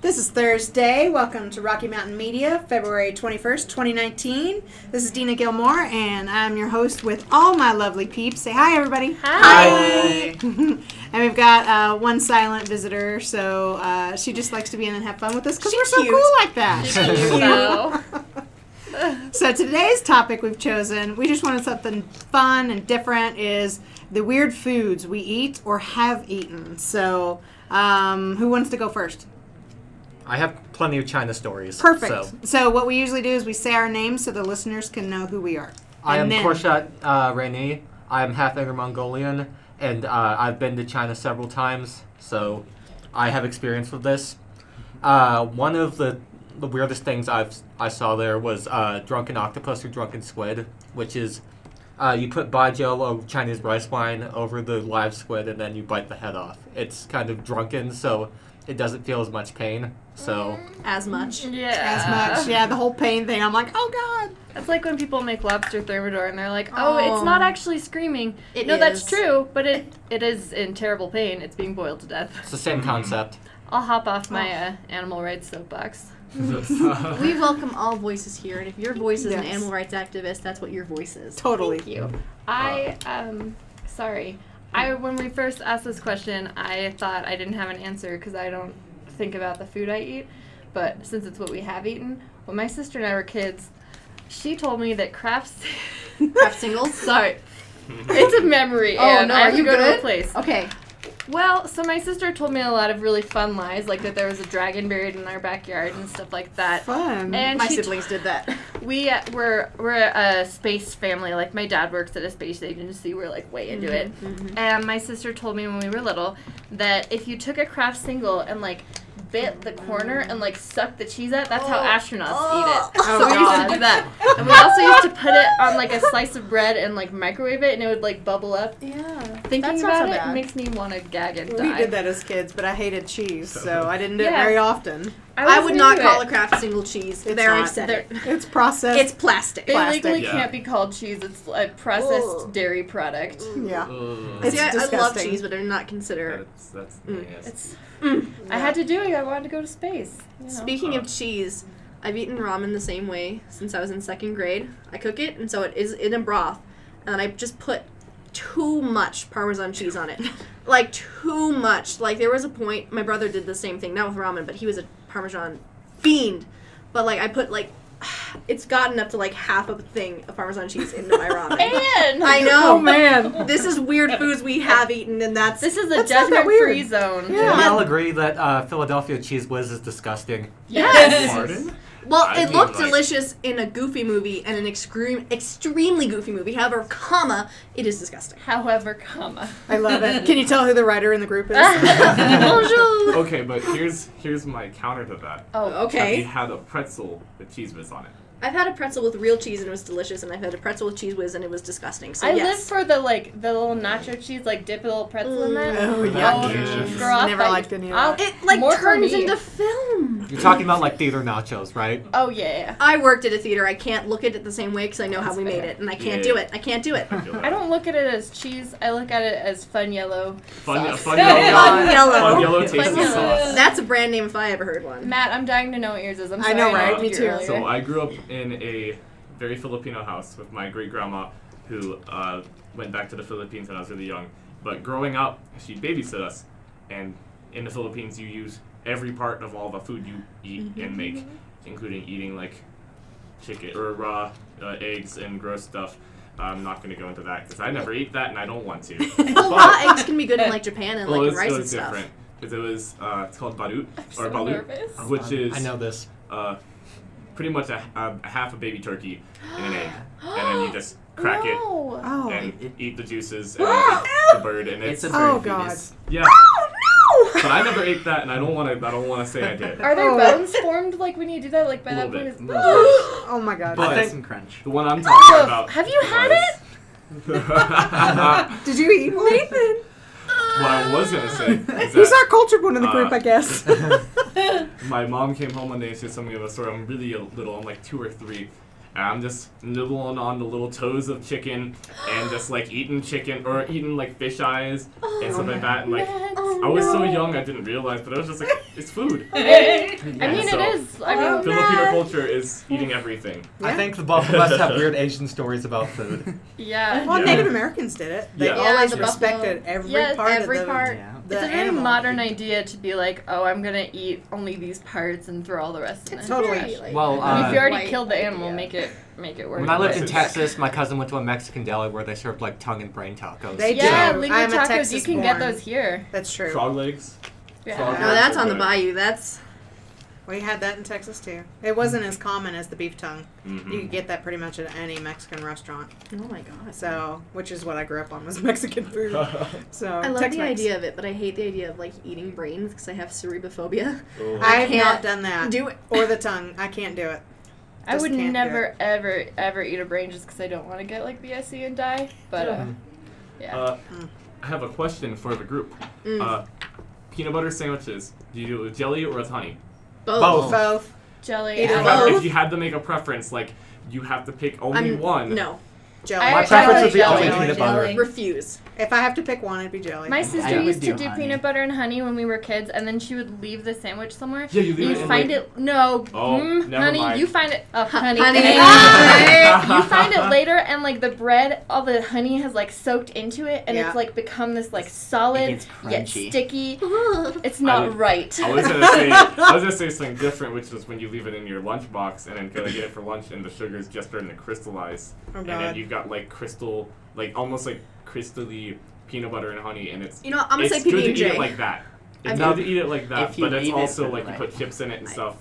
This is Thursday. Welcome to Rocky Mountain Media, February 21st, 2019. This is Dina Gilmore, and I'm your host with all my lovely peeps. Say hi, everybody. Hi. and we've got uh, one silent visitor, so uh, she just likes to be in and have fun with us because we're so cute. cool like that. So, So today's topic we've chosen, we just wanted something fun and different, is the weird foods we eat or have eaten. So um, who wants to go first? I have plenty of China stories. Perfect. So So. what we usually do is we say our names so the listeners can know who we are. I am And then- Korshat uh, Rene. I am half Inner Mongolian, and uh, I've been to China several times, so I have experience with this. Uh, one of the, the weirdest things I've I saw there was uh, drunken octopus or drunken squid, which is uh, you put baijiu or Chinese rice wine over the live squid, and then you bite the head off. It's kind of drunken, so it doesn't feel as much pain. So. As much. As yeah. much. Yeah, the whole pain thing. I'm like, oh God. It's like when people make lobster thermidor and they're like, oh, Oh. it's not actually screaming. It no, is. that's true, but it it is in terrible pain. It's being boiled to death. It's the same concept. I'll hop off my uh, animal rights soapbox. We welcome all voices here, and if your voice is an Yes. animal rights activist, that's what your voice is. Totally. Thank you. I um sorry. I when we first asked this question, I thought I didn't have an answer because I don't think about the food I eat. But since it's what we have eaten, when my sister and I were kids, she told me that crafts. Craft singles. sorry, it's a memory. Oh, and no, I are have you to go to good? a place. Okay. Well, so my sister told me a lot of really fun lies, like that there was a dragon buried in our backyard and stuff like that. Fun. And My she siblings did that. we uh, were we're a space family. Like my dad works at a space agency. We're like way into it. Mm-hmm, And my sister told me when we were little that if you took a craft single and like bit the corner and like sucked the cheese out, that's how Oh. astronauts eat it. Oh, so we used God. to do that. And we also used to put it on like a slice of bread and like microwave it, and it would like bubble up. Yeah. Thinking That's not so about it bad. makes me want to gag and die. we did that as kids, but I hated cheese, so I didn't do it Yeah. very often. I, would not call it. a craft single cheese. It's there, not. I've said There- it. It's processed. It's plastic. It plastic. legally Yeah. can't be called cheese. It's a processed Ooh. dairy product. yeah. See, It's I, I love disgusting. cheese, but I'm not consider. That's, that's Mm. nasty. It's. mm, I had to do it. I wanted to go to space. you know. Speaking Uh. of cheese, I've eaten ramen the same way since I was in second grade. I cook it, and so it is in a broth, and I just put too much parmesan cheese on it. like, too much. Like, there was a point, my brother did the same thing, not with ramen, but he was a parmesan fiend. But, like, I put, like, it's gotten up to, like, half a thing of parmesan cheese into my ramen. And I Oh know. man. This is weird foods we have eaten, and that's. this is a That's not that judgment-free weird. zone. Yeah. Can we all agree that uh, Philadelphia cheese whiz is disgusting? Yes. Pardon? Well, I it mean, looked like- delicious in a goofy movie and an extreme, extremely goofy movie. However, comma, it is disgusting. However, comma. I love it. Can you tell who the writer in the group is? Bonjour. Okay, but here's here's my counter to that. Oh, Have you Okay. had a pretzel with cheese whiz on it? I've had a pretzel with real cheese and it was delicious, and I've had a pretzel with cheese whiz and it was disgusting. So I yes. live for the like the little nacho cheese, like dip a little pretzel in that. Oh, Oh, Yes. girl, I Never thought liked you- any of I'll- that. it like More for turns me. into film. You're talking about like theater nachos, right? Oh yeah, yeah. I worked at a theater. I can't look at it the same way because I know how That's we made fair. it, and I can't Yeah. do it. I can't do it. I feel that. I don't look at it as cheese. I look at it as fun yellow. Fun, sauce. fun yellow, Fun yellow. fun yellow tasty yellow. sauce. That's a brand name if I ever heard one. Matt, I'm dying to know what yours is. I'm I sorry. know, right? talked Me to you too. earlier. So I grew up in a very Filipino house with my great grandma, who uh, went back to the Philippines when I was really young. But growing up, she babysit us, and in the Philippines, you use every part of all the food you eat and make, including eating like chicken or raw uh, eggs and gross stuff. I'm not going to go into that because I never eat that and I don't want to. Well, raw eggs can be good in like Japan and well, like it in was, rice it and was stuff. different because it was uh, it's called balut so or balut, nervous. which is Um, I know this. uh, pretty much a, a half a baby turkey in an egg, and then you just crack no. it Oh. and eat the juices and eat the bird, and it's, It's a Oh, bird fetus. yeah. But I never ate that, and I don't want to. I don't want to say I did. Are there Oh. bones formed like when you do that? Like by A that little point, it's bit. a little bit. Oh my god. But- But Some crunch. the one I'm talking Ugh, about. have you had it? was- Did you eat one? Nathan? what I was gonna say is He's that- our cultured one in the Uh, group, I guess. My mom came home one day and she was telling me about a story. I'm really little. I'm like two or three, And I'm just nibbling on the little toes of chicken and just like eating chicken or eating like fish eyes Oh, and stuff like that. And like Oh. I was so young I didn't realize, but I was just like, it's food. I mean, so- oh, it is. I mean, Filipino culture is eating everything. I think the both of us have weird Asian stories about food. yeah. Well, Yeah. Native Americans did it. They Yeah. Yeah, always the respected every Yeah, part every of the, part. yeah. the it's a very animal. modern idea to be like, oh, I'm gonna eat only these parts and throw all the rest in It's the Totally. trash. Like, Well, I mean, if you Uh, already white killed the animal, idea. make it make it work. When I lived in Yes. Texas, my cousin went to a Mexican deli where they served like tongue and brain tacos. They do. yeah, I legal am a tacos. you Texas can get born. those here. That's true. Frog legs. Yeah. Frog No, legs that's are on the better. bayou. That's We had that in Texas too. It wasn't as common as the beef tongue. Mhm. You could get that pretty much at any Mexican restaurant. oh my god. So, which is what I grew up on was Mexican food. Oh. So I love the Tex-Mex. idea of it, but I hate the idea of like eating brains because I have cerebrophobia. Ooh. I have can't not done that. Do it. or the tongue. I can't do it. I Just would can't do never, ever, ever eat a brain just because I don't want to get like BSE and die. But uh, yeah, Uh, I have a question for the group. Uh, peanut butter sandwiches. Do you do it with jelly or with honey? Both. Both. Both. jelly. Eat it If you and- had- Both. If you had to make a preference, like you have to pick only I'm- one. No. Jelly. I- My I preference like would be jelly. only peanut butter. Refuse. if I have to pick one, it'd be jelly. My sister would used to do do honey. peanut butter and honey when we were kids, and then she would leave the sandwich somewhere. Yeah, you You leave it in, find like- it no, Oh, mm, never honey. mind. You find it, oh, honey. honey. you find it later, and like the bread, all the honey has like soaked into it, and Yeah. it's like become this like solid gets yet crunchy. sticky. It's not would- right. I was gonna say I was gonna say something different, which was when you leave it in your lunchbox and then kinda get it for lunch, and the sugar's just starting to crystallize, oh and then god. you've got like crystal, like almost like crystally peanut butter and honey, and it's You know, what, I'm gonna it's say good to PB and eat it J. like that. It's I've good made- to eat it like that, if you but it's leave it also for the like you put night. chips in it and stuff.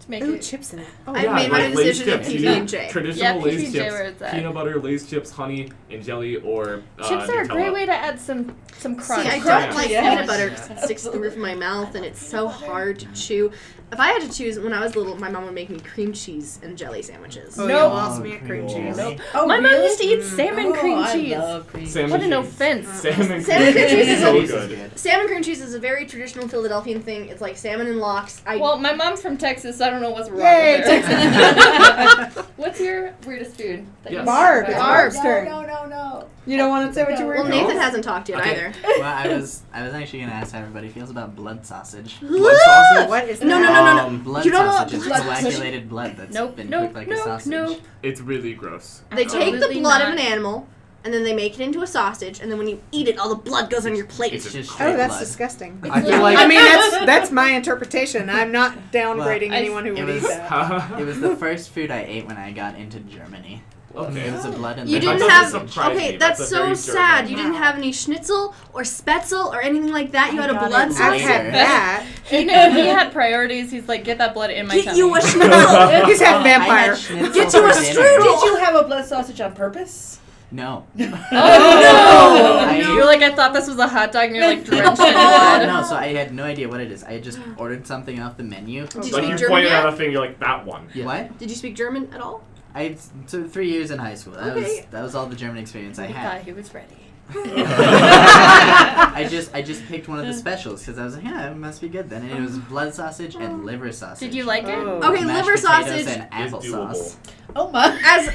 to make Ooh, it, chips in it. I've Yeah, made my like Lay's decision of chips. You PB do and J. Traditional Yeah, Lay's PB&J where it's chips, at. peanut butter, Lay's chips, honey, and jelly, or uh, chips are a great Nutella. way to add some some crunch. See, I Crunch. don't like Yeah. peanut butter 'cause it sticks to the roof of my mouth and it's so hard to chew. If I had to choose, when I was little, my mom would make me cream cheese and jelly sandwiches. Oh, No. you lost me at cream cheese. Nope. My Oh, mom used to eat salmon Oh, cream cheese. Salmon what an cheese. offense. Salmon Salmon, cream cream cheese cheese is is so Cheese is good. good. Salmon cream cheese is a very traditional Philadelphian thing. It's like salmon and locks. I Well, my mom's from Texas, so I don't know what's wrong Yay, with her. What's your weirdest food? that you Yes. Barb. like? It's Barb. Barb's turn. No, no, no, no. You don't want to say what you were well, No. Nathan hasn't talked yet Okay. either. well, I was I was actually gonna ask how everybody feels about blood sausage. Blood sausage? What is that? No, no, no, no, no. Um, blood You don't know sausage what is blood- coagulated blood that's Nope, been nope, cooked like nope, a sausage. nope. It's really gross. They take the Absolutely blood not. of an animal and then they make it into a sausage, and then when you eat it, all the blood goes on your plate. It's just Oh, straight that's blood. disgusting. I feel Yeah. like I mean, that's that's my interpretation. I'm not downgrading Well, I- anyone who it would was- eat that. It was the first food I ate when I got into Germany. It okay. was a blood and You That didn't doesn't have surprise okay. me. That's, That's a so very sad. German- You didn't have any schnitzel or spätzle or anything like that. You I had a got blood it I've later. sausage. had that. He knew he had priorities. He's like, get that blood in my Get tummy. you a schnitzel. He's had I had vampire. schnitzel Get you for a dinner. strudel. Did you have a blood sausage on purpose? No. oh I- no! You're like, I thought this was a hot dog, and you're like, drenched in Uh, blood. no, so I had no idea what it is. I had just ordered something off the menu. Did you Like speak you German? pointed yet? out a thing, you're like that one. What? Did you speak German at all? I had s- so three years in high school. That Okay. was that was all the German experience I He thought had. he was ready. I just I just picked one of the specials because I was like, yeah, it must be good then. And it was blood sausage Oh. and liver sausage. Did you like it? Oh. Okay, Mashed liver potatoes sausage. and It's applesauce. Oh my. As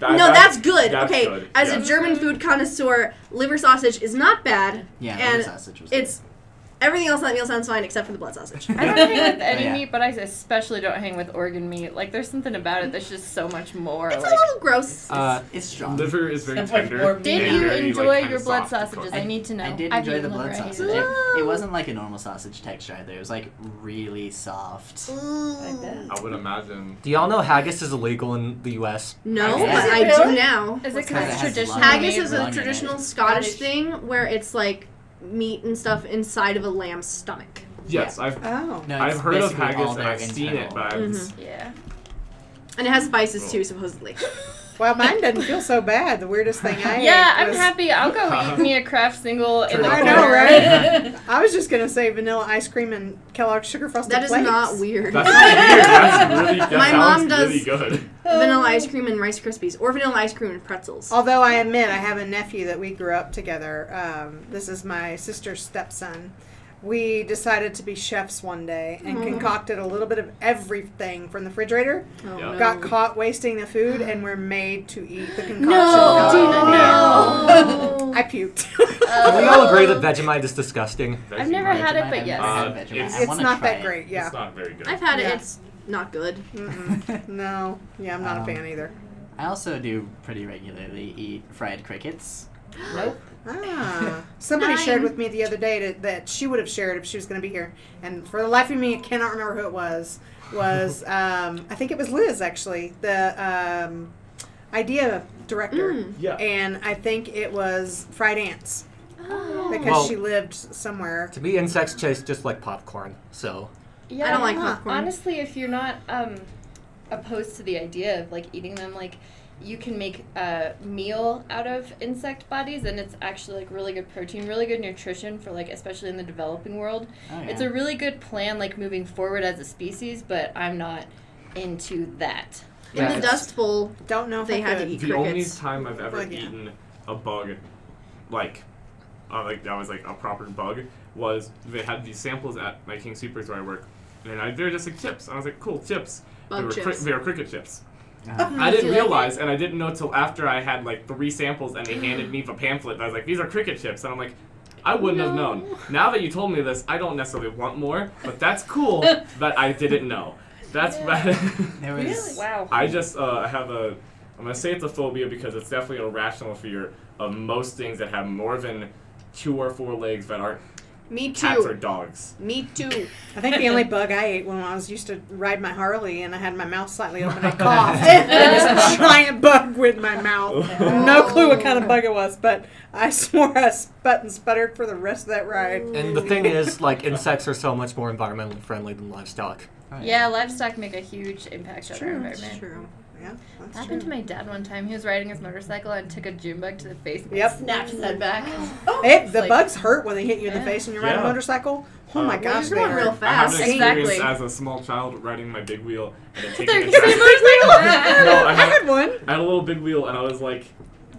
That- no, that- that's good. that's okay, good, as yes. a German food connoisseur, liver sausage is not bad. Yeah, And liver sausage was. It's everything else on that meal sounds fine except for the blood sausage. I don't hang with any Yeah. meat, but I especially don't hang with organ meat. Like, there's something about it that's just so much more. It's a like, little gross. uh, good. it's strong. Liver is very That's like tender. warm and meat. Did you very, like, enjoy kinda your blood soft to cook. sausages? I, need to know. I did I've enjoy the eaten blood liver, I hate sausage. it. It, it wasn't like a normal sausage texture either. It was like really soft. uh, Mm. I would imagine. do y'all know haggis is illegal in the U.S.? no, Yeah. but I do now. Is it because Kinda it's has traditional? lung- Haggis is Lung a in it. traditional Scottish Scottish. thing where it's like meat and stuff inside of a lamb's stomach. Yes, I've Oh. No, I've it's heard of basically all haggis and their I've seen it, internal- but I've- Mhm. Yeah. And it has spices too, supposedly. Well, mine doesn't feel so bad. The weirdest thing I ate Yeah, I'm was- happy. I'll go eat me a Kraft single in the I corner. know, right? I was just gonna say vanilla ice cream and Kellogg's sugar frosted That is flakes. not weird. that's weird. That's really that Mm-hmm. My sounds mom does- really good. vanilla ice cream and Rice Krispies, or vanilla ice cream and pretzels. Although I admit, I have a nephew that we grew up together. Um, this is my sister's stepson. we decided to be chefs one day and concocted a little bit of everything from the refrigerator. Oh, Yeah. no. Got caught wasting the food and were made to eat the concoction. No, Dina, Oh. no. I puked. Can we all agree that Vegemite is disgusting? I've never had it, but yes. Uh, it's- it's not that great. Yeah. It's not very good. I've had Yeah. it. It's not good. Mm-mm. No. Yeah, I'm not a Um, fan either. I also do pretty regularly eat fried crickets. Nope. Ah, somebody Nine. shared with me the other day to, that she would have shared if she was going to be here, and for the life of me, I cannot remember who it was. Was um, I think it was Liz actually, the um, idea director, Mm. Yeah. and I think it was fried ants Oh. because Well- she lived somewhere. To me, insects taste just like popcorn. So Yeah, I don't like Huh. popcorn. honestly, if you're not um, opposed to the idea of like eating them, like you can make a meal out of insect bodies, and it's actually like really good protein, really good nutrition for like especially in the developing world. Oh, yeah. It's a really good plan, like moving forward as a species. But I'm not into that. In the Dust Bowl, Don't know if they I had to could. eat the only crickets. time I've ever Well, yeah. eaten a bug, like, uh, like that was like a proper bug, was they had these samples at my King Supers where I work, and I, they were just like chips. And I was like, cool chips. Bug they were chips. they were cricket chips. Uh-huh. I Do didn't you like realize, and I didn't know till after I had like three samples, and they handed me the pamphlet. And I was like, these are cricket chips, and I'm like. I wouldn't have No. known. Now that you told me this, I don't necessarily want more, but that's cool that I didn't know. That's There was Wow. I just uh, I have a I'm gonna say it's a phobia because it's definitely a rational fear of most things that have more than two or four legs that aren't Me cats or too. dogs. Me too. I think the only bug I ate when I was used to ride my Harley and I had my mouth slightly open, I coughed. There was a giant bug with my mouth. Oh. No clue what kind of bug it was, but I swore I sput and sputtered for the rest of that ride. And the thing is, like, insects are so much more environmentally friendly than livestock. oh, Yeah, livestock make a huge impact on our environment. True. Yeah, That that's happened true. to my dad one time. He was riding his motorcycle and took a June bug to the face and Yep. snapped his head back. It, the Like- bugs hurt when they hit you in the Yeah. face when you ride a Yeah. motorcycle. Oh my Uh, gosh, You're they going hurt. real I have fast. an experience Exactly. as a small child riding my big wheel and then They're taking a gonna say track. motorcycle. No, I I had, had one. I had a little big wheel and I was like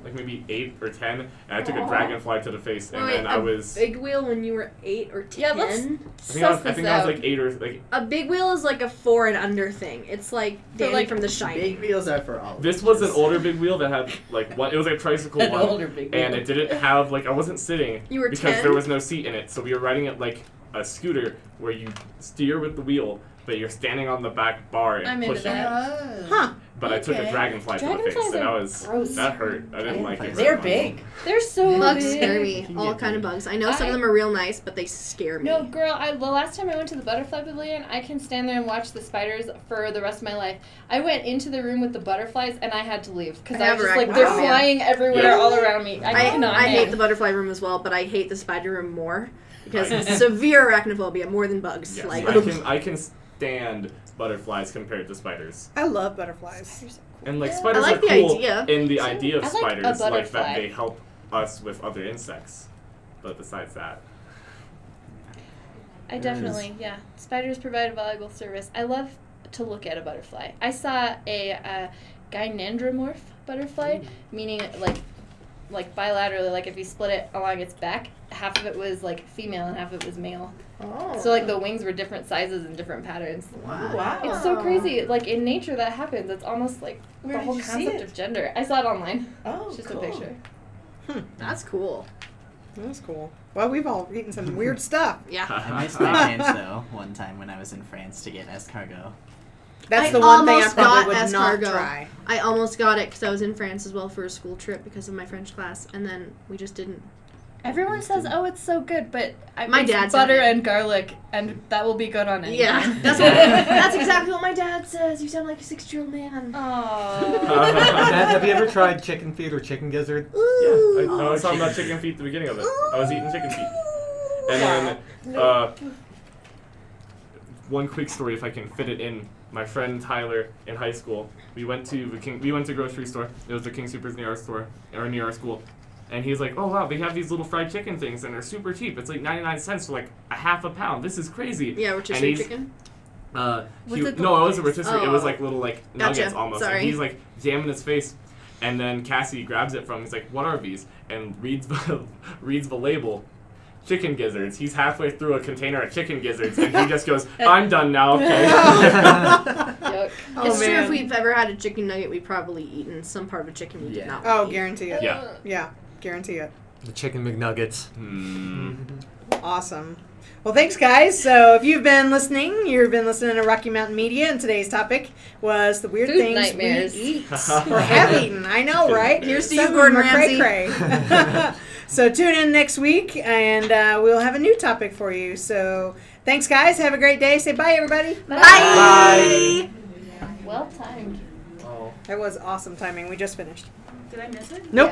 like maybe eight or ten and I took a dragonfly to the face and Wait, then I a was Big wheel when you were eight or ten. Yeah, let's I think, I was, Suss I this think I out. was like eight or like a big wheel is like a four and under thing. It's like Danny like, from The Shining. Big wheels are for all. this was an older big wheel that had like one it was like a tricycle An one older big and wheel. it didn't have like I wasn't sitting You were because ten. there was no seat in it. So we were riding it like a scooter where you steer with the wheel, but you're standing on the back bar and I'm into pushing that. it. Huh. But I took a Okay. dragonfly to the face, Dragonflies and I are was gross. that hurt. I didn't like it. Dragonflies They're very big. They're so Bugs big. scare me. can All get kind of big. bugs. I know some I- of them are real nice, but they scare me. No, girl. I, the last time I went to the butterfly pavilion, I can stand there and watch the spiders for the rest of my life. I went into the room with the butterflies and I had to leave because I I, have was just like, they're arachnophobia. flying everywhere, Yeah. all around me. I, I, cannot. I hate hang. the butterfly room as well, but I hate the spider room more because Right. severe arachnophobia more than bugs. Yes, Like oh, I can I can stand butterflies compared to spiders, I love butterflies. and like Yeah. I spiders like are the cool idea. in the idea of I like a spiders, that butterfly. they help us with other insects. But besides that, I definitely, yeah. Spiders provide a valuable service. I love to look at a butterfly. I saw a uh, gynandromorph butterfly, meaning like like bilaterally, like if you split it along its back, half of it was like female and half of it was male. Oh. So like the wings were different sizes and different patterns. Wow. It's so crazy. Like in nature, that happens. It's almost like Where the did whole you see concept it? of gender. I saw it online. Oh, It's just cool. a picture. that's cool. That's cool. Well, we've all eaten some weird stuff. Yeah. I missed my chance though. One time when I was in France to get escargot. That's I the one thing I almost probably got would not escargot. try. I almost got it because I was in France as well for a school trip because of my French class, and then we just didn't. Everyone says, "Oh, it's so good," but I, My it's dad said butter it. and garlic, and that will be good on anything. Yeah, that's what, that's exactly what my dad says. You sound like a sixty-year-old man. Oh. Matt, have you ever tried chicken feet or chicken gizzard? Yeah, I, I was Oh, talking about chicken. chicken feet at the beginning of it. I was eating chicken feet. And then, uh, one quick story if I can fit it in. My friend Tyler in high school, we went to the King, we went to grocery store. It was the King Supers near our store or near our school, and he's like, "Oh wow, they have these little fried chicken things, and they're super cheap. It's like 99 cents for like a half a pound. This is crazy." Yeah, And rotisserie he's- chicken. Uh, Was he, it the no, it little wasn't rotisserie. It was Oh. like little like Gotcha. nuggets almost. Sorry. And he's like jamming his face, and then Cassie grabs it from. him. He's like, "What are these?" And reads the reads the label, chicken gizzards. He's halfway through a container of chicken gizzards, and he just goes, "I'm done now." Oh, Okay. Yuck. Oh, it's true. If we've ever had a chicken nugget, we've probably eaten some part of a chicken we did Yeah. not. Oh, eat. guarantee it. yeah. Yeah, guarantee it. The chicken McNuggets. Hmm. Awesome. Well, thanks, guys. So, if you've been listening, you've been listening to Rocky Mountain Media, and today's topic was the weird Food things nightmares. we eat or have eaten. I know, right? Here's to Some you, of them Gordon are cray Ramsay. cray. so, tune in next week, and uh, we'll have a new topic for you. So, thanks, guys. Have a great day. Say bye, everybody. Bye. Well timed. Oh. That was awesome timing. We just finished. Did I miss it? Nope. Yeah.